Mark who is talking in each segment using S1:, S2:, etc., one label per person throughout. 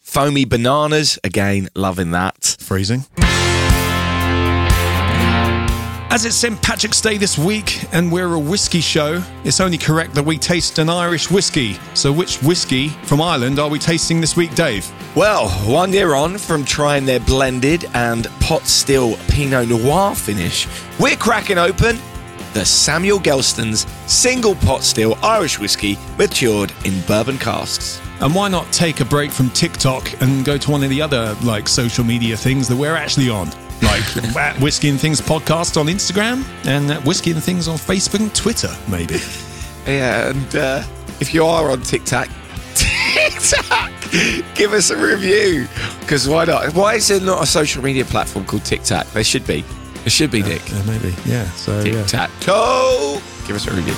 S1: foamy bananas. Again, loving that.
S2: Freezing.
S3: As it's St. Patrick's Day this week and we're a whiskey show, it's only correct that we taste an Irish whiskey. So, which whiskey from Ireland are we tasting this week, Dave?
S1: Well, one year on from trying their blended and pot still Pinot Noir finish, we're cracking open the Samuel Gelston's single pot still Irish whiskey matured in bourbon casks.
S3: And why not take a break from TikTok and go to one of the other like social media things that we're actually on? Like at Whiskey and Things podcast on Instagram and at Whiskey and Things on Facebook and Twitter, maybe.
S1: Yeah, and uh, if you are on TikTok, TikTok, give us a review. Because why not? Why is there not a social media platform called TikTok? There should be. There should be, Dick.
S3: Uh, maybe, yeah. So, yeah.
S1: TikTok. Oh, give us a review.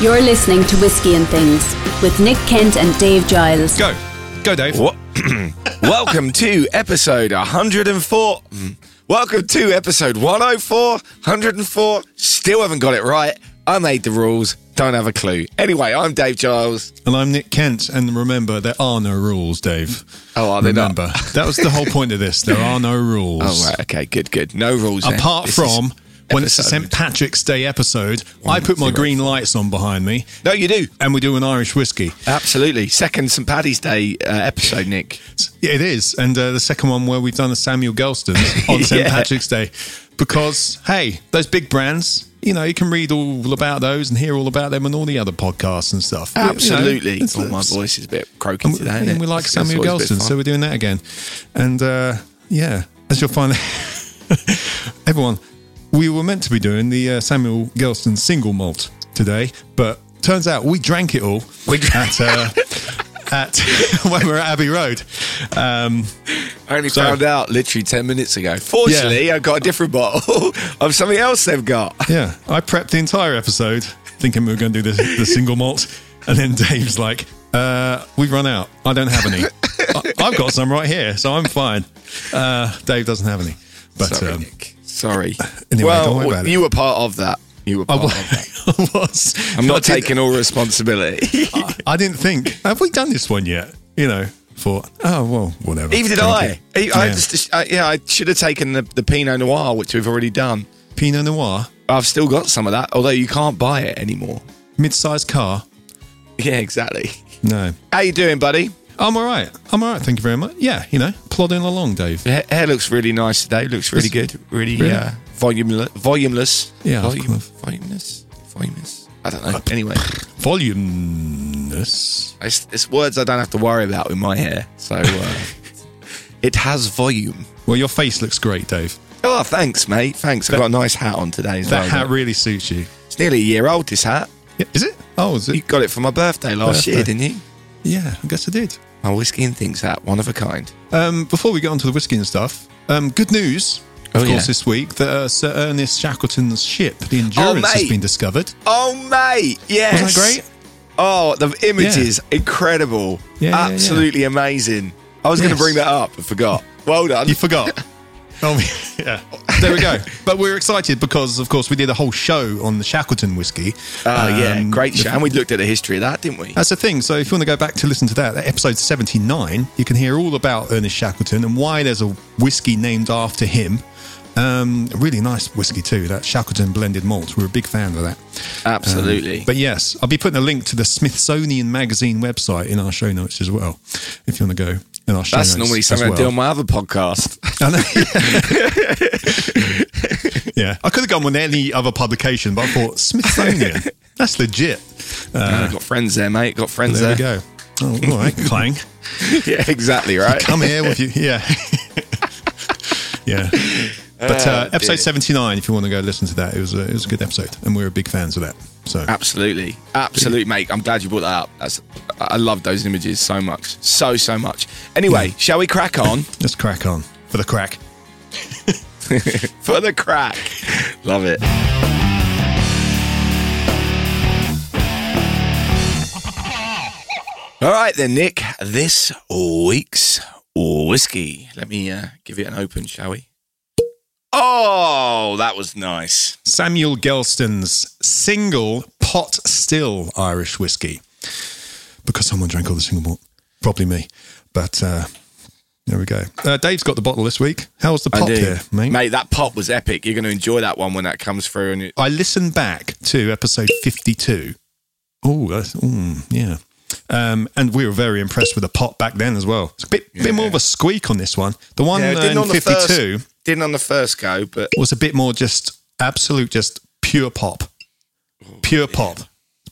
S4: You're listening to Whiskey and Things with Nick Kent and Dave Giles.
S3: Go. Go, Dave.
S1: What? Welcome to episode 104. Mm. Welcome to episode 104, 104. Still haven't got it right. I made the rules. Don't have a clue. Anyway, I'm Dave Giles.
S3: And I'm Nick Kent, and remember, there are no rules, Dave.
S1: Oh, are there not?
S3: remember, that was the whole point of this. There are no rules.
S1: Oh, right. Okay. Good. Good. No rules. then.
S3: Apart
S1: This is-
S3: from when it's a
S1: episode.
S3: St. Patrick's Day episode, I put my
S1: zero.
S3: green lights on behind me,
S1: no, you do.
S3: and we do an Irish whiskey.
S1: Absolutely. Second St. Paddy's Day uh, episode, Nick.
S3: Yeah, it is. And uh, the second one where we've done a Samuel Gelston on St.
S1: Yeah.
S3: Patrick's Day. Because, hey, those big brands, you know, you can read all about those and hear all about them on all the other podcasts and stuff. You know,
S1: Absolutely.
S3: it's-
S1: oh, my
S3: it's-
S1: voice is a bit croaky
S3: And we,
S1: today.
S3: and we like Samuel Gelston, so we're doing that again. And uh, yeah, as you'll find, everyone, we were meant to be doing the uh, Samuel Gelston single malt today, but turns out we drank it all we at, uh, at when we were at Abbey Road. Um,
S1: I only
S3: so-
S1: found out literally 10 minutes ago. Fortunately, I got a different bottle of something else they've got.
S3: Yeah, I prepped the entire episode thinking we were going to do the, the single malt, and then Dave's like, uh, "We've run out. I don't have any. I, I've got some right here, so I'm fine." Uh, Dave doesn't have any, but
S1: Sorry,
S3: um,
S1: Nick. Sorry.
S3: Anyway,
S1: well,
S3: don't worry about it. Oh,
S1: you were part of that. You were
S3: I
S1: part
S3: wa-
S1: of that.
S3: I was.
S1: I'm not
S3: I didn't-
S1: taking all responsibility.
S3: I, I didn't think. Have we done this one yet? You know, thought. Oh well, whatever.
S1: Even did
S3: Drink
S1: I. I,
S3: it.
S1: I
S3: Yeah.
S1: just, I, yeah, I should have taken the, the Pinot Noir, which we've already done.
S3: Pinot Noir,
S1: I've still got some of that, although you can't buy it anymore.
S3: mid-sized car.
S1: Yeah, exactly.
S3: No,
S1: How you doing, buddy?
S3: I'm all right. I'm all right. Thank you very much. Yeah, you know, plodding along, Dave.
S1: Your ha- hair looks really nice today. Looks really
S3: It's-
S1: good. Really,
S3: really?
S1: uh, volumel- volumeless.
S3: Yeah, of
S1: Volum-
S3: course.
S1: voluminous, voluminous. I don't know. Anyway,
S3: Voluminous.
S1: it's, it's words I don't have to worry about with my hair. So uh, it has volume.
S3: Well, your face looks great, Dave.
S1: Oh, thanks, mate. Thanks. I've got a nice hat on today as
S3: That
S1: well.
S3: hat really suits you.
S1: It's nearly a year old. This hat.
S3: Yeah, Is it? Oh, is
S1: You
S3: it?
S1: got it for my birthday last year,
S3: Birthday.
S1: didn't you?
S3: Yeah, I guess I did.
S1: My whiskey and things hat, one of a kind.
S3: Um, before we get onto the whiskey and stuff, um, good news, of
S1: Oh,
S3: course,
S1: yeah.
S3: this week that uh, Sir Ernest Shackleton's ship, the Endurance, has
S1: mate.
S3: been discovered.
S1: Oh, mate. Yes.
S3: Wasn't that great?
S1: Oh, the images, incredible.
S3: Yeah, yeah, yeah.
S1: Absolutely amazing. I was going
S3: Yes.
S1: to bring that up, I forgot. Well done.
S3: You forgot. oh, yeah. There we go. But we're excited because, of course, we did a whole show on the Shackleton whiskey.
S1: Oh, yeah,
S3: Um,
S1: great
S3: the-
S1: show. And we looked at the Uh, um, history of that, didn't we?
S3: That's the thing. So if you want to go back to listen to that, that episode 79, you can hear all about Ernest Shackleton and why there's a whiskey named after him. Um, a really nice whiskey too, that Shackleton blended malt. We're a big fan of that. Um,
S1: Absolutely.
S3: But yes, I'll be putting a link to the Smithsonian Magazine website in our show notes as well, if you want to go in our show
S1: That's
S3: notes.
S1: normally
S3: as
S1: something I do
S3: well.
S1: on my other podcast.
S3: I know. yeah, I could have gone with any other publication, but I thought Smithsonian. That's legit.
S1: I've got friends there, mate. Got friends
S3: There we
S1: Uh, there.
S3: go. Oh, all right, clang.
S1: yeah, exactly, right?
S3: come here with you. Yeah. yeah. But uh,
S1: Oh,
S3: episode
S1: dear.
S3: 79, if you want to go listen to that, it was, a, it was a good episode. And we were big fans of that. So,
S1: Ah. Absolutely. Absolutely, mate. I'm glad you brought that up. That's, I love those images so much. So, so much. Anyway, shall we crack on
S3: let's crack on for the crack.
S1: for the crack? love it. All right, then, Nick. This week's whiskey. Let me uh, give it an open, shall we? Oh, that was nice.
S3: Samuel Gelston's single pot still Irish whiskey. Because someone drank all the single malt. Probably me. But uh, There we go. Uh, Dave's got the bottle this week. How's the pop here, mate?
S1: Mate, that pop was epic. You're going to enjoy that one when that comes through. And it,
S3: I listened back to episode 52. Oh, that's, mm, yeah. Um, and we were very impressed with the pop back then as well. It's a bit, bit more of a squeak on this one. The one
S1: Yeah, it
S3: uh,
S1: didn't
S3: in
S1: on the
S3: 52
S1: first, didn't on the first go, but
S3: was a bit more just absolute, just pure pop.
S1: Oh,
S3: Pure pop.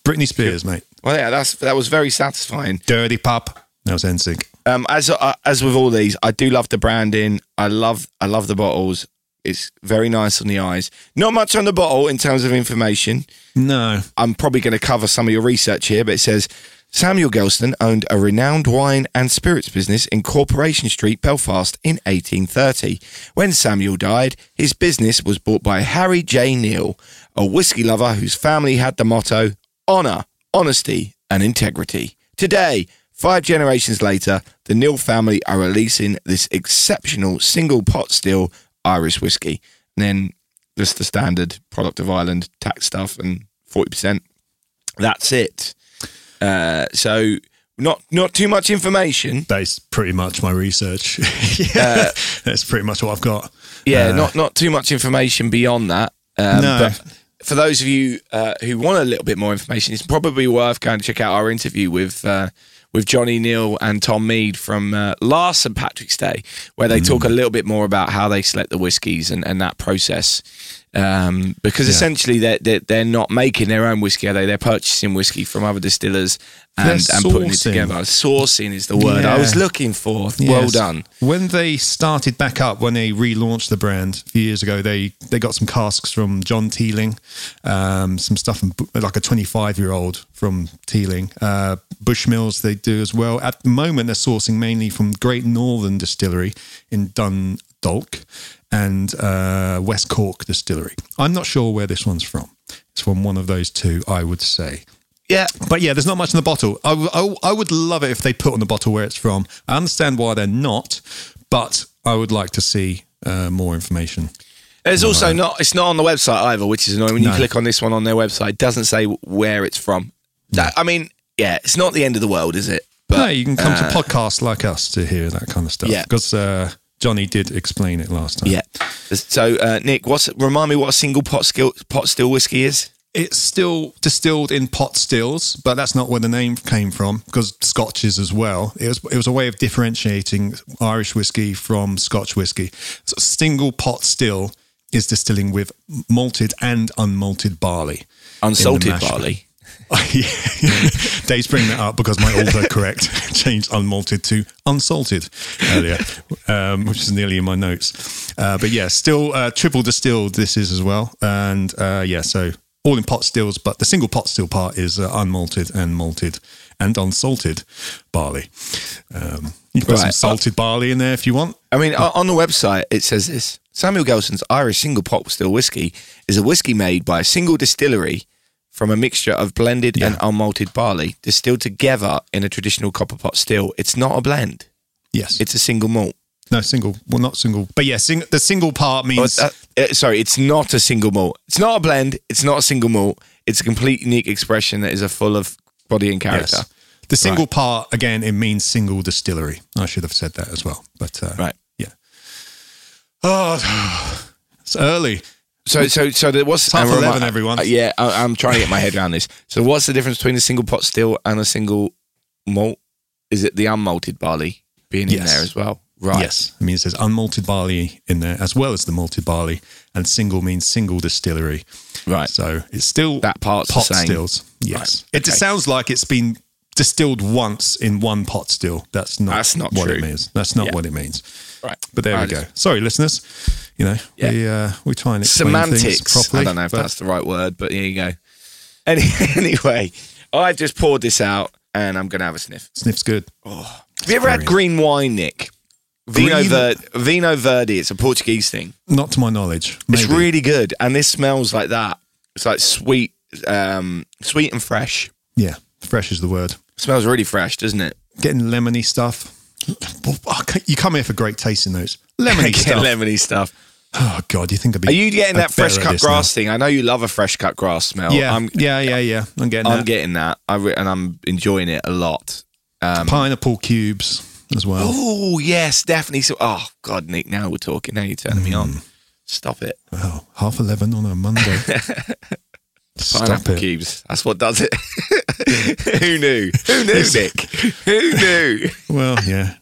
S3: Britney Spears, mate.
S1: well, yeah, that's that was very satisfying.
S3: Dirty pop. That was NSYNC.
S1: Um, as uh, as with all these, I do love the branding. I love I love the bottles. It's very nice on the eyes. Not much on the bottle in terms of information.
S3: No.
S1: I'm probably going to cover some of your research here, but it says Samuel Gelston owned a renowned wine and spirits business in Corporation Street, Belfast, in 1830. When Samuel died, his business was bought by Harry J. Neal, a whiskey lover whose family had the motto honour, honesty, and integrity. Today, five generations later, the Neal family are releasing this exceptional single pot still Irish whiskey. And then just the standard product of Ireland tax stuff and forty percent. That's it. Uh, so not not too much information.
S3: That's pretty much my research. yeah.
S1: Uh,
S3: That's pretty much what I've got.
S1: Yeah,
S3: Uh,
S1: not not too much information beyond that. Um,
S3: No.
S1: But for those of you uh, who want a little bit more information, it's probably worth going to check out our interview with. Uh, with Johnny Neal and Tom Mead from uh, last St Patrick's Day, where they
S3: Mm.
S1: talk a little bit more about how they select the whiskies and, and that process, um, because essentially they're, they're they're not making their own whiskey, are they? They're purchasing whiskey from other distillers and,
S3: They're
S1: and putting it
S3: sourcing.
S1: together. Sourcing is the word I
S3: Yeah.
S1: was looking for. Well
S3: Yes.
S1: done.
S3: When they started back up, when they relaunched the brand a few years ago, they they got some casks from John Teeling, um, some stuff from Bu- like a 25 year old from Teeling. Uh, Bushmills they do as well. At the moment, they're sourcing mainly from Great Northern Distillery in Dundalk and uh, West Cork Distillery. I'm not sure where this one's from. It's from one of those two, I would say.
S1: Yeah,
S3: But yeah, there's not much in the bottle. I, w- I w- I would love it if they put on the bottle where it's from. I understand why they're not, but I would like to see uh, more information.
S1: There's also not. It's not on the website either, which is annoying. When you
S3: No.
S1: click on this one on their website, it doesn't say where it's from. That, I mean, yeah, it's not the end of the world, is it?
S3: no, you can come to podcasts like us to hear that kind of stuff.
S1: uh, Yeah.
S3: Because uh, Johnny did explain it last time.
S1: yeah. So, uh, Nick, what's remind me what a single pot skill pot still whiskey is?
S3: It's still distilled in pot stills, but that's not where the name came from because Scotch is as well. It was, it was a way of differentiating Irish whiskey from Scotch whiskey. So single pot still is distilling with malted and unmalted barley.
S1: Unsalted
S3: mash bill.
S1: barley.
S3: Yeah. Dave's bringing that up because my autocorrect changed unmalted to unsalted earlier, um, which is nearly in my notes. Uh, but yeah, still uh, triple distilled this is as well. And uh, yeah, so all in pot stills, but the single pot still part is uh, unmalted and malted and unsalted barley. Um, you can put some
S1: Right.
S3: salted barley in there if you want.
S1: I mean, o- on the website, it says this Samuel Gelson's Irish single pot still whiskey is a whiskey made by a single distillery from a mixture of blended and unmalted barley distilled together in a traditional copper pot still. It's not a blend,
S3: Yes.
S1: it's a single malt.
S3: no, single. Well, not single. But yeah, sing- the single part means.
S1: Well, it's, uh, uh, sorry, it's not a single malt. It's not a blend. It's not a single malt. It's a complete unique expression that is a full of body and character.
S3: Yes. The single part again, it means single distillery. I should have said that as well, but uh,
S1: Right.
S3: yeah. Oh, it's early.
S1: So, so, so there, what's
S3: half
S1: and remi-
S3: 11, everyone.
S1: uh, yeah, I, I'm trying to get my head around this. So, what's the difference between a single pot still and a single malt? Is it the unmalted barley being in
S3: Yes.
S1: there as well? Right.
S3: Yes, I mean it says unmalted barley in there as well as the malted barley, and single means single distillery.
S1: Right.
S3: So it's still
S1: That part's the
S3: pot
S1: same.
S3: stills. Yes,
S1: Right,
S3: it just
S1: okay.
S3: sounds like it's been distilled once in one pot still. That's not.
S1: That's not
S3: what it
S1: true.
S3: means. That's not
S1: Yeah.
S3: what it means.
S1: Right.
S3: But there
S1: I
S3: we
S1: just-
S3: go. Sorry, listeners. You know,
S1: Yeah.
S3: we uh, we try and explain things
S1: semantics.
S3: properly.
S1: I don't know if
S3: but-
S1: that's the right word, but here you go. Any, anyway, I just poured this out and I'm going to have a sniff.
S3: sniff's good.
S1: Have you ever had green wine, Nick? Vino,
S3: Green-
S1: Ver- Vino Verde. It's a Portuguese thing.
S3: Not to my knowledge. Maybe.
S1: It's really good, and this smells like that. It's like sweet, um, sweet and fresh.
S3: yeah, fresh is the word.
S1: smells really fresh, doesn't it?
S3: Getting lemony stuff. Oh, You come here for great tasting notes. Lemony
S1: Get
S3: stuff.
S1: lemony stuff.
S3: oh God, you think I'd be?
S1: Are you getting
S3: I'd
S1: that fresh
S3: better at
S1: cut
S3: this now.
S1: grass thing? I know you love a fresh cut grass smell.
S3: Yeah,
S1: oh, I'm,
S3: yeah, yeah, yeah. I'm getting
S1: I'm
S3: that.
S1: getting that, I re- and I'm enjoying it a lot.
S3: pineapple cubes. as well.
S1: Oh yes, definitely. So, oh God, Nick, now we're talking. Now you're turning me
S3: Hmm.
S1: on. Stop it.
S3: Wow, Oh, half eleven on a Monday. Stop
S1: Pineapple
S3: it.
S1: cubes. That's what does it. Who knew? Who knew, Nick? Who knew?
S3: Well, yeah.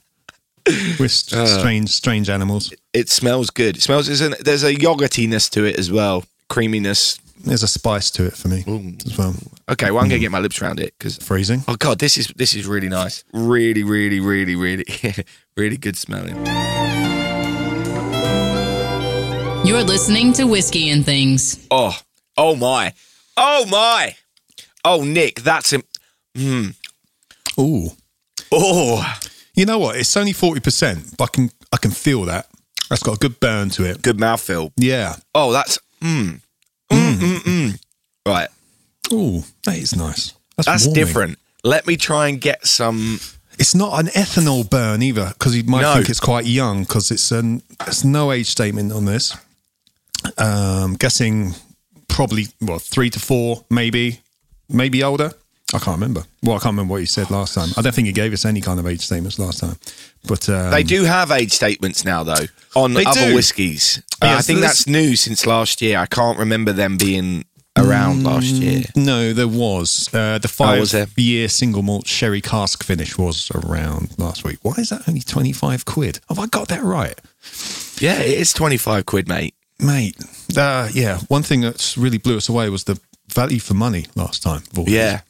S3: We're st-
S1: Uh.
S3: strange, strange animals.
S1: It smells good. It smells. There's, an, there's a yogurtiness to it as well. Creaminess.
S3: There's a spice to it for me as well.
S1: Okay, well I'm gonna get my lips around it because
S3: Freezing.
S1: Oh god, this is this is really nice. Really, really, really, really, really good smelling.
S2: You're listening to Whiskey and Things.
S1: Oh, oh my, oh my, oh Nick, that's a
S3: Ooh.
S1: oh
S3: You know what? It's only forty percent, but I can I can feel that. That's got a good burn to it.
S1: good mouthfeel.
S3: Yeah.
S1: Oh, that's mm, mm, mm, mm. right.
S3: Ooh, that is nice. That's,
S1: That's
S3: warming.
S1: different. Let me try and get some.
S3: It's not an ethanol burn either, because you might
S1: No.
S3: think it's quite young, because it's an there's no age statement on this. Um, guessing probably well three to four, maybe, maybe older. I can't remember. Well, I can't remember what you said last time. I don't think you gave us any kind of age statements last time, but um,
S1: They do have age statements now, though, on
S3: They
S1: other
S3: do.
S1: whiskies. Uh,
S3: Yeah,
S1: I
S3: so
S1: think
S3: this-
S1: that's new since last year. I can't remember them being around last
S3: Mm.
S1: year.
S3: No, there was uh, the five
S1: Oh, was there?
S3: year single malt sherry cask finish was around last week. Why is that only twenty five quid? Have I got that right?
S1: Yeah, it is twenty five quid, mate.
S3: mate. Uh, yeah, one thing that's really blew us away was the value for money last time. of all this.
S1: Yeah.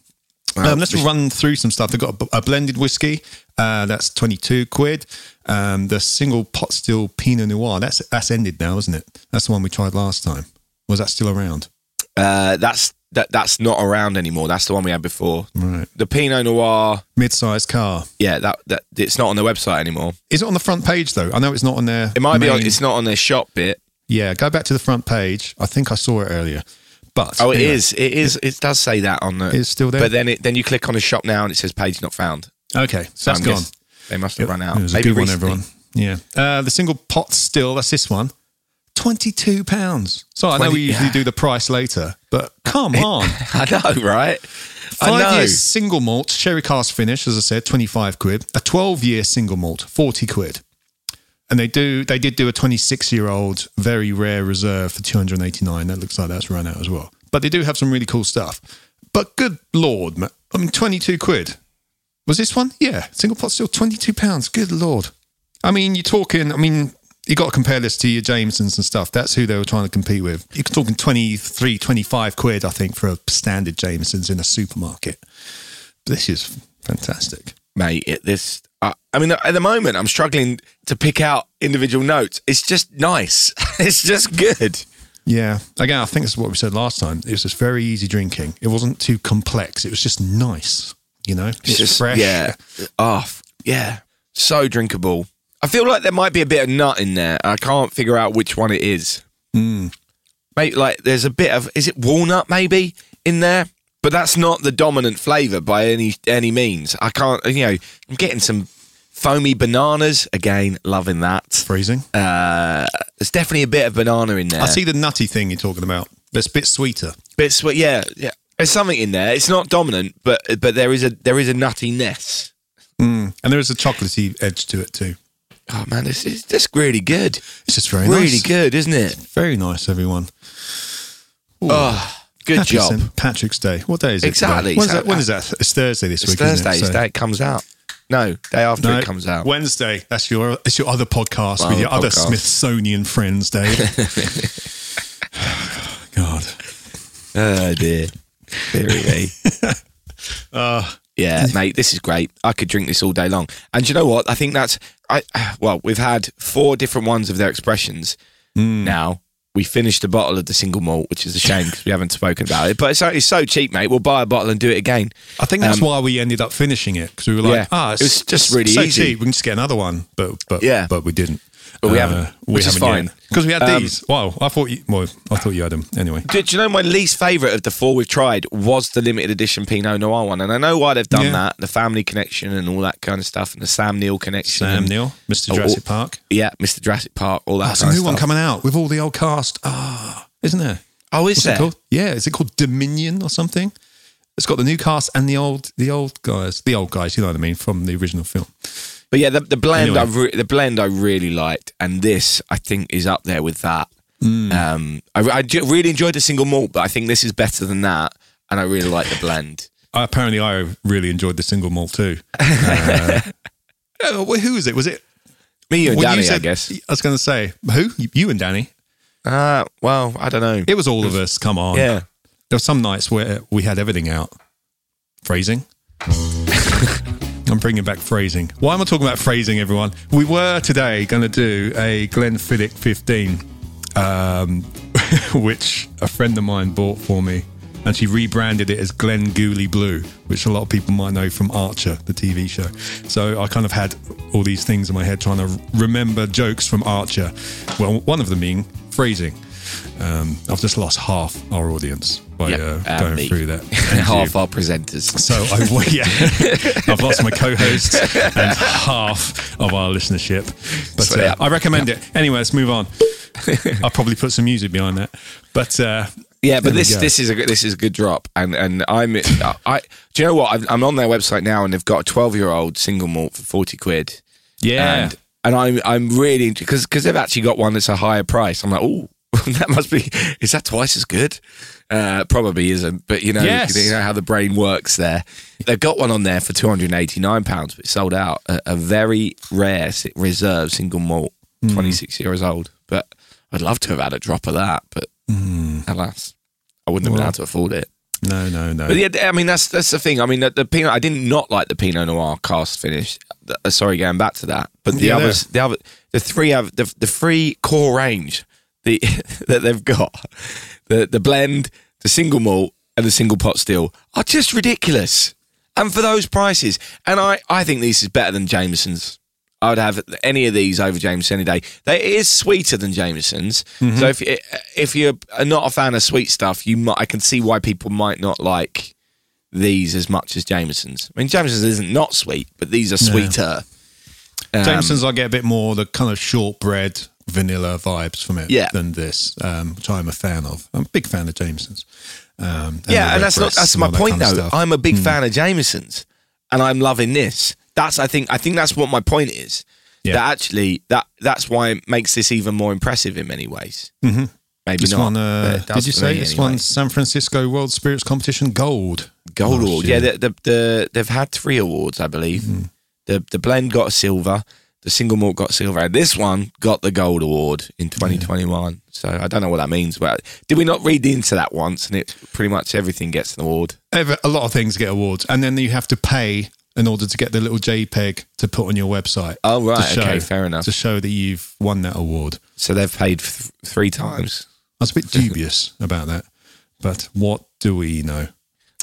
S3: Um, let's run through some stuff. They've got a, b- a blended whiskey. Uh, that's twenty two quid. Um, the single pot still Pinot Noir. That's that's ended now, isn't it? That's the one we tried last time. Was that still around?
S1: Uh, that's that. That's not around anymore. That's the one we had before.
S3: Right.
S1: The Pinot Noir.
S3: Mid-sized car.
S1: Yeah, that that it's not on their website anymore.
S3: Is it on the front page though? I know it's not on there.
S1: It might be. On, it's not on their shop bit.
S3: yeah, go back to the front page. I think I saw it earlier. But
S1: Oh, it
S3: anyway.
S1: is. It is. It does say that on the.
S3: It's still there.
S1: But then it then you click on the shop now and it says page not found.
S3: Okay, so that's
S1: I'm
S3: gone.
S1: guess- They must have run out.
S3: It was
S1: Maybe
S3: a good
S1: recently.
S3: one, everyone. Yeah. Uh, the single pot still, that's this one, £22. So I know
S1: 20
S3: we usually
S1: yeah.
S3: do the price later, but come on.
S1: I know, right? I
S3: Five
S1: know.
S3: year single malt, sherry cask finish, as I said, 25 quid. A 12 year single malt, 40 quid. And they do, they did do a 26 year old very rare reserve for 289. That looks like that's run out as well. But they do have some really cool stuff. But good lord, ma- I mean, 22 quid. Was this one? Yeah, single pot still 22 pounds. Good lord. I mean, you're talking, I mean, you got to compare this to your Jamesons and stuff. That's who they were trying to compete with. You're talking 23, 25 quid, I think, for a standard Jamesons in a supermarket. This is fantastic.
S1: mate. It, this. Uh, I mean, at the moment, I'm struggling to pick out individual notes. It's just nice. it's just good.
S3: Yeah. Again, I think this is what we said last time. It was just very easy drinking. It wasn't too complex. It was just nice, you know? It's,
S1: just-
S3: fresh.
S1: Yeah. Oh, f- yeah. So drinkable. I feel like there might be a bit of nut in there. I can't figure out which one it is.
S3: Hmm.
S1: Mate, like there's a bit of is it walnut maybe in there? But that's not the dominant flavour by any any means. I can't you know, I'm getting some foamy bananas. Again, loving that.
S3: Freezing.
S1: Uh there's definitely a bit of banana in there.
S3: I see the nutty thing you're talking about. That's a bit sweeter.
S1: bit sweet yeah, yeah. There's something in there. It's not dominant, but but there is a there is a nuttiness.
S3: And there is a chocolatey edge to it, too.
S1: Oh man, this is just really good.
S3: It's just very
S1: really
S3: nice.
S1: good, isn't it?
S3: Very nice, everyone. Ooh.
S1: Oh, good
S3: Happy
S1: job.
S3: St. Patrick's Day. What day is it? today?
S1: Exactly.
S3: When is
S1: So-
S3: that? When is that? It's Thursday this
S1: It's
S3: week.
S1: Thursday.
S3: Isn't
S1: It's
S3: it?
S1: day it comes out. No, day after
S3: no,
S1: it comes out.
S3: Wednesday. That's your. It's your other podcast
S1: My
S3: with
S1: other
S3: your other
S1: podcast.
S3: Smithsonian friends, Dave. God.
S1: oh dear, very me. yeah, mate, this is great. I could drink this all day long. And do you know what? I think that's I. Well, we've had four different ones of their expressions now. We finished a bottle of the single malt, which is a shame because we haven't spoken about it. But it's, it's so cheap, mate. We'll buy a bottle and do it again.
S3: I think that's why we ended up finishing it because we were like,
S1: Um, Yeah.
S3: ah,
S1: It was just
S3: it's
S1: really
S3: so
S1: easy.
S3: cheap. We can just get another one, but but
S1: Yeah.
S3: but we didn't. Uh,
S1: But we haven't, which is fine.
S3: because we had
S1: Um,
S3: these. Wow, I thought you. Well, I thought you had them anyway.
S1: Do, do you know my least favourite of the four we've tried was the limited edition Pinot Noir one, and I know why they've done
S3: Yeah.
S1: that, the family connection and all that kind of stuff, and the Sam Neill connection.
S3: Sam
S1: and-
S3: Neil, Mr.
S1: Oh, oh.
S3: Jurassic Park.
S1: Yeah, Mr. Jurassic Park, all that.
S3: That's a
S1: kind
S3: Ah, new
S1: of
S3: one
S1: stuff.
S3: coming out with all the old cast. Ah, isn't there?
S1: Oh, is
S3: What's
S1: there?
S3: it called? Yeah, is it called Dominion or something? It's got the new cast and the old the old guys, the old guys. You know what I mean from the original film.
S1: But yeah, the, the blend
S3: Anyway.
S1: I re- the blend I really liked, and this I think is up there with that.
S3: Mm.
S1: Um, I, re- I ju- really enjoyed the single malt, but I think this is better than that, and I really like the blend.
S3: Apparently, I really enjoyed the single malt too. Uh, uh, well, who was it? Was it?
S1: Me, you, and
S3: well,
S1: Danny,
S3: said-
S1: I guess.
S3: I was going to say who? You- You and Danny.
S1: Uh, well, I don't know.
S3: It was all of us. Come on.
S1: yeah,
S3: There were some nights where we had everything out. Phrasing. I'm bringing back phrasing. Why am I talking about phrasing, everyone? We were today going to do a Glenfiddich 15, um, which a friend of mine bought for me, and she rebranded it as Glen Gooley Blue, which a lot of people might know from Archer, the TV show. So I kind of had all these things in my head trying to remember jokes from Archer. Well, one of them being phrasing. Um, I've just lost half our audience by
S1: Yep,
S3: uh,
S1: and
S3: going
S1: me.
S3: through that.
S1: and
S3: Thank you.
S1: Um, half our presenters.
S3: So I, well, yeah, I've lost my co-host and half of our listenership, but
S1: So,
S3: uh,
S1: yeah.
S3: I recommend it. Anyway, let's move on. I'll probably put some music behind that, but uh,
S1: Yeah,
S3: there
S1: but
S3: we
S1: this
S3: go.
S1: this is a good- this is a good drop, and and I'm I do you know what I'm, I'm on their website now, and they've got a 12 year old single malt for 40 quid,
S3: yeah,
S1: and and I'm I'm really because because they've actually got one that's a higher price. I'm like, oh, that must be is that twice as good? Uh, probably isn't, but you know
S3: Yes.
S1: you know how the brain works there. They've got one on there for 289 pounds, but it sold out a, a very rare si- reserve single malt, 26 years old. But I'd love to have had a drop of that, but alas, I wouldn't have been able to afford it.
S3: no, no, no.
S1: But yeah, I mean that's that's the thing. I mean the, the Pinot. I didn't not like the Pinot Noir cast finish. Th- uh, sorry, going back to that. But the
S3: Yeah,
S1: others, the other, the three have the the three core range the that they've got the the blend, the single malt, and the single pot still are just ridiculous. And for those prices, and I I think this is better than Jameson's. I would have any of these over Jameson any day. They, it is sweeter than Jameson's. So if if you're not a fan of sweet stuff, you might I can see why people might not like these as much as Jameson's. I mean, Jameson's isn't not sweet, but these are sweeter. Um,
S3: Jameson's, I get a bit more the kind of shortbread vanilla vibes from it
S1: Yeah.
S3: than this, um, which I'm a fan of. I'm a big fan of Jameson's. Um, the
S1: yeah,
S3: red
S1: and that's not
S3: breasts
S1: that's
S3: and
S1: my
S3: all that
S1: point
S3: kind of
S1: though.
S3: stuff. Hmm.
S1: I'm a big fan of Jameson's, and I'm loving this. That's I think I think that's what my point is.
S3: Yeah.
S1: That actually that that's why it makes this even more impressive in many ways. Mm-hmm. Maybe
S3: This
S1: not.
S3: one,
S1: but
S3: uh,
S1: it does
S3: did you
S1: for
S3: say
S1: me
S3: this
S1: anyway.
S3: one's San Francisco World Spirits Competition Gold? Oh,
S1: Gold
S3: last
S1: award.
S3: year?
S1: Yeah, the, the, the, they've had three awards, I believe.
S3: Hmm.
S1: The the blend got a silver, the single malt got silver, and this one got the gold award in 2021. So I don't know what that means, but did we not read into that once? And it pretty much everything gets an award.
S3: ever, a lot of things get awards, and then you have to pay in order to get the little JPEG to put on your website.
S1: Oh, right.
S3: to
S1: Okay, fair enough.
S3: To show that you've won that award.
S1: So they've paid th- three times.
S3: I was a bit dubious about that, but what do we know?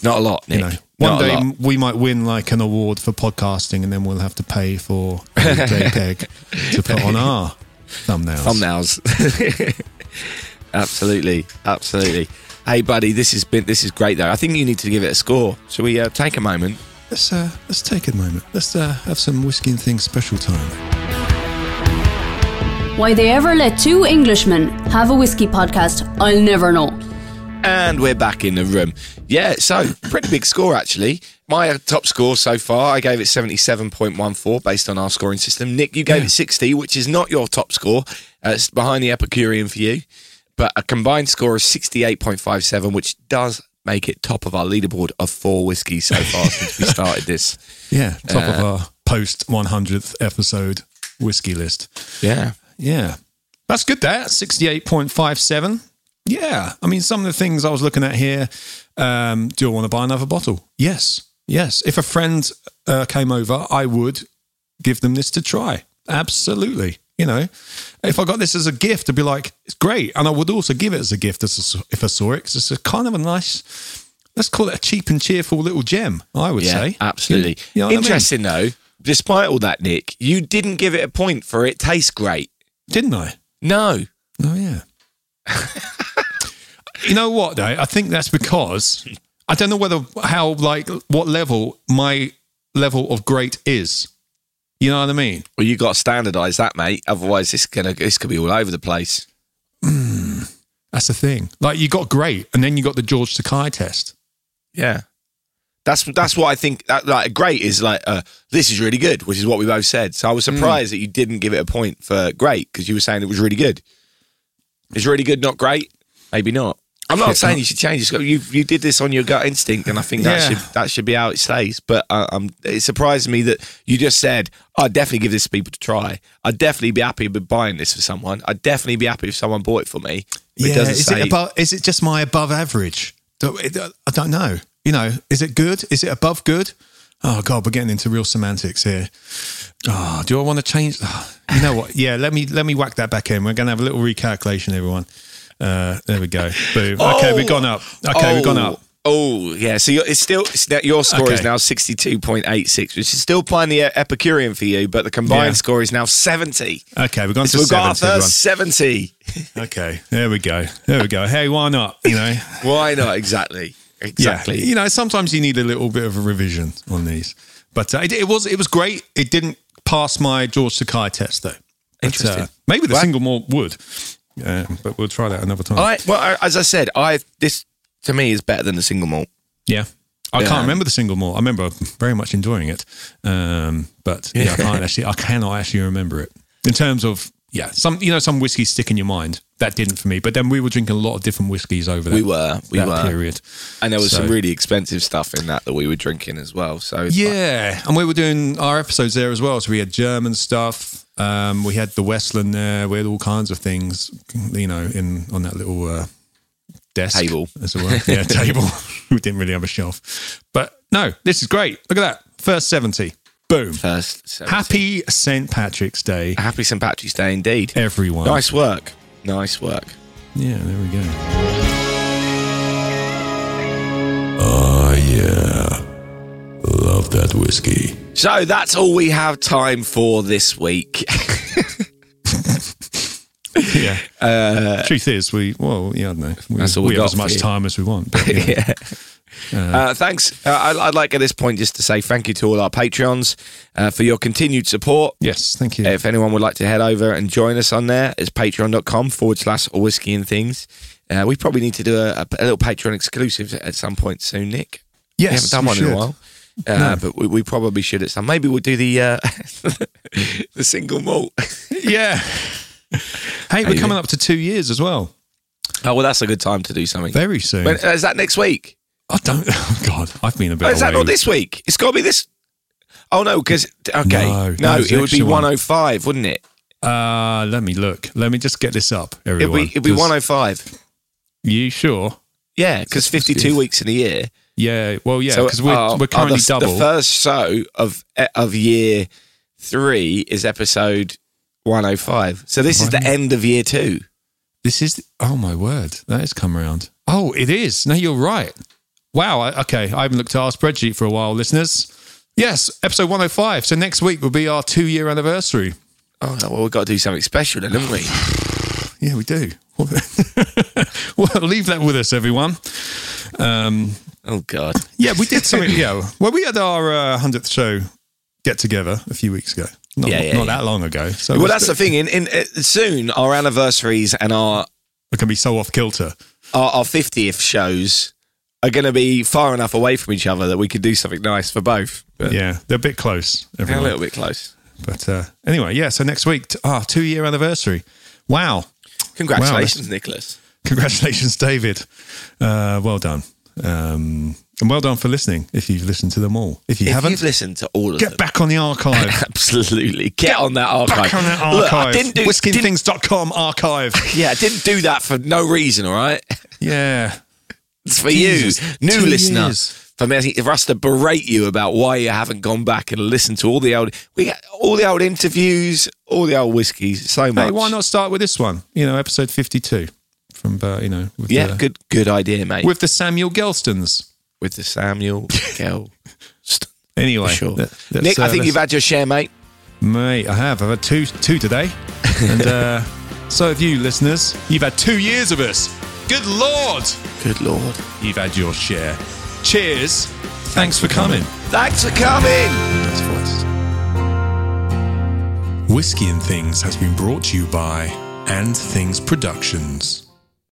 S1: Not a lot, Nick.
S3: You know, one
S1: Not a
S3: day
S1: lot.
S3: m- we might win like an award for podcasting, and then we'll have to pay for a JPEG to put on our thumbnails.
S1: thumbnails. absolutely, absolutely. Hey, buddy, this has been this is great though. I think you need to give it a score. Shall we uh, take a moment?
S3: Let's uh, let's take a moment. Let's uh, have some whiskey and things special time.
S4: Why they ever let two Englishmen have a whiskey podcast, I'll never know.
S1: And we're back in the room. Yeah, so pretty big score actually. My top score so far, I gave it 77.14 based on our scoring system. Nick, you gave it 60, which is not your top score. Uh, it's behind the Epicurean for you, but a combined score of 68.57, which does make it top of our leaderboard of four whiskies so far since we started this.
S3: Yeah, top
S1: Uh,
S3: of our post 100th episode whiskey list.
S1: Yeah.
S3: Yeah. That's good, that. 68.57. Yeah. I mean, some of the things I was looking at here um, do I want to buy another bottle? Yes. Yes. If a friend uh, came over, I would give them this to try. Absolutely. You know, if I got this as a gift, I'd be like, it's great. And I would also give it as a gift as if I saw it because it's a kind of a nice, let's call it a cheap and cheerful little gem, I would
S1: yeah,
S3: say.
S1: Absolutely.
S3: You know what I mean?
S1: Interesting though, despite all that, Nick, you didn't give it a point for it tastes great.
S3: Didn't I?
S1: No.
S3: Oh yeah. you know what though? I think that's because I don't know whether how like what level my level of great is. You know what I mean?
S1: Well, you got to standardise that, mate. Otherwise, this gonna this could be all over the place.
S3: That's the thing. Like you got great, and then you got the George Sakai test.
S1: Yeah. That's that's what I think. That, like great is like uh, this is really good, which is what we both said. So I
S3: Hmm.
S1: was surprised that you didn't give it a point for great because you were saying it was really good. Is really good not great? Maybe not. I'm not saying you should change. it. You you did this on your gut instinct, and I think that
S3: Yeah.
S1: should that should be how it stays. But uh, um, it surprised me that you just said I'd definitely give this to people to try. I'd definitely be happy with buying this for someone. I'd definitely be happy if someone bought it for me. But it
S3: yeah,
S1: doesn't
S3: is
S1: say
S3: it above? Is it just my above average? Do- uh, I don't know. You know, is it good? Is it above good? Oh God, we're getting into real semantics here. Oh, do I want to change? oh, you know what? Yeah, let me let me whack that back in. We're going to have a little recalculation, everyone. Uh, there we go. Boom. okay, we've gone up. Okay, we've gone up.
S1: Oh yeah, so you're, it's still it's that your score is
S3: Okay.
S1: now sixty two point eight six, which is still playing the Epicurean for you, but the combined
S3: Yeah.
S1: score is now seventy.
S3: Okay, we've gone
S1: So
S3: to
S1: we've got our
S3: seventy. everyone.
S1: first seventy.
S3: Okay, there we go. There we go. Hey, why not? You know,
S1: Why not exactly? Exactly.
S3: Yeah, you know, sometimes you need a little bit of a revision on these. But uh, it, it was it was great. It didn't pass my George Sakai test though. But,
S1: Interesting.
S3: uh, maybe the
S1: Well-
S3: single malt would, uh, but we'll try that another time.
S1: I well, I, as I said, I this to me is better than the single malt.
S3: yeah. I
S1: Yeah.
S3: can't remember the single malt. I remember very much enjoying it, um, but yeah, I can't actually. I cannot actually remember it in terms of yeah. Some you know some whiskeys stick in your mind. That didn't for me. But then we were drinking a lot of different whiskeys over that.
S1: We were, we
S3: that
S1: were.
S3: period.
S1: And there was some
S3: So-
S1: really expensive stuff in that that we were drinking as well. So it's like-
S3: Yeah, and we were doing our episodes there as well. So we had German stuff. Um, we had the Westland there. We had all kinds of things, you know, in on that little uh, desk
S1: Table.
S3: as it were. Yeah, table. we didn't really have a shelf, but no, this is great. Look at that first seventy. Boom.
S1: first 70.
S3: Happy St Patrick's Day,
S1: happy St Patrick's Day indeed.
S3: everyone.
S1: Nice work. Nice work.
S3: Yeah, there we go.
S5: Ah, yeah. Love that whiskey.
S1: So that's all we have time for this week.
S3: Yeah. Truth is, we well, yeah, I don't know. We,
S1: Uh, That's all we
S3: we have
S1: got
S3: as
S1: for
S3: much
S1: you.
S3: time as we want. But, yeah.
S1: Uh, thanks. Uh, I, I'd like at this point just to say thank you to all our Patreons uh, for your continued support.
S3: yes, thank you.
S1: If anyone would like to head over and join us on there, it's patreon.com forward slash whiskey and things. Uh, we probably need to do a, a, a little Patreon exclusive at some point soon, Nick.
S3: Yes,
S1: we haven't done
S3: we
S1: one in a
S3: should.
S1: while. Uh, But we, we probably should at some. Maybe we'll do the uh, the single malt.
S3: Yeah. Hey, we're
S1: you
S3: coming up to two years as well.
S1: Oh well, that's a good time to do something.
S3: Very soon.
S1: When, uh, is that next week?
S3: I don't. Oh God, I've been a bit.
S1: Oh, is that
S3: away.
S1: not this week? It's got to be this. Oh no, because okay,
S3: No,
S1: no,
S3: no, it's
S1: it would
S3: extra
S1: be
S3: one.
S1: one hundred five, wouldn't it?
S3: Uh, let me look. Let me just get this up,
S1: It'd
S3: everyone.
S1: be it'd be
S3: 'cause-
S1: one hundred five.
S3: You sure?
S1: Yeah, because fifty two weeks in a year.
S3: Yeah. Well, yeah. Because we're,
S1: uh,
S3: we're currently
S1: uh, the,
S3: double.
S1: The first show of e, of year three is episode one hundred five. So this is the end of year two.
S3: this is. Oh my word, that has come around. Oh, it is. No, you're right. Wow. I, okay, I haven't looked at our spreadsheet for a while, listeners. Yes, episode 105. So next week will be our two-year anniversary.
S1: Oh well, we've got to do something special, then, haven't we?
S3: Yeah, we do. well, leave that with us, everyone.
S1: Oh god.
S3: Yeah, we did something. yeah, well, we had our uh, hundredth show get together a few weeks ago. Not,
S1: Yeah, yeah,
S3: not
S1: yeah.
S3: that long ago. So
S1: Well, that's the thing. In, in uh, soon, our anniversaries and our
S3: It can be so off kilter.
S1: our, our 50th shows are going to be far enough away from each other that we could do something nice for both. But
S3: Yeah, they're a bit close.
S1: they're a
S3: Everyone.
S1: little bit close.
S3: But uh, anyway, yeah. So next week, t- ah, two year anniversary. Wow!
S1: Congratulations, Nicholas.
S3: Congratulations, David. Uh, well done, um, and well done for listening. If you've listened to them all, if you
S1: If
S3: haven't,
S1: you've listened to all of
S3: get
S1: them,
S3: back on the archive.
S1: absolutely get, on that archive.
S3: back on that
S1: Look, I
S3: archive.
S1: didn't do, didn't-
S3: Whiskinthings.com archive.
S1: yeah, I didn't do that for no reason. All right,
S3: yeah.
S1: it's for
S3: Jesus,
S1: you, new
S3: two
S1: listener.
S3: years.
S1: For me, for us to berate you about why you haven't gone back and listened to all the old, we got all the old interviews, all the old whiskies, so much.
S3: Hey, why not start with this one? You know, episode fifty-two from uh, you know, with
S1: Yeah,
S3: the,
S1: good, good idea, mate. With,
S3: with the Samuel Gelstons.
S1: the Samuel Gell.
S3: Anyway,
S1: For sure.
S3: that- that's,
S1: Nick, I
S3: uh,
S1: think you've
S3: that's-
S1: had your share, mate.
S3: mate. I have. I've had two two today, and uh, so have you, listeners. You've had two years of us. Good lord,
S1: Good lord.
S3: you've had your share. Cheers. Thanks, for coming.
S1: Thanks for coming.
S3: Nice voice. Whiskey and Things has been brought to you by And Things Productions.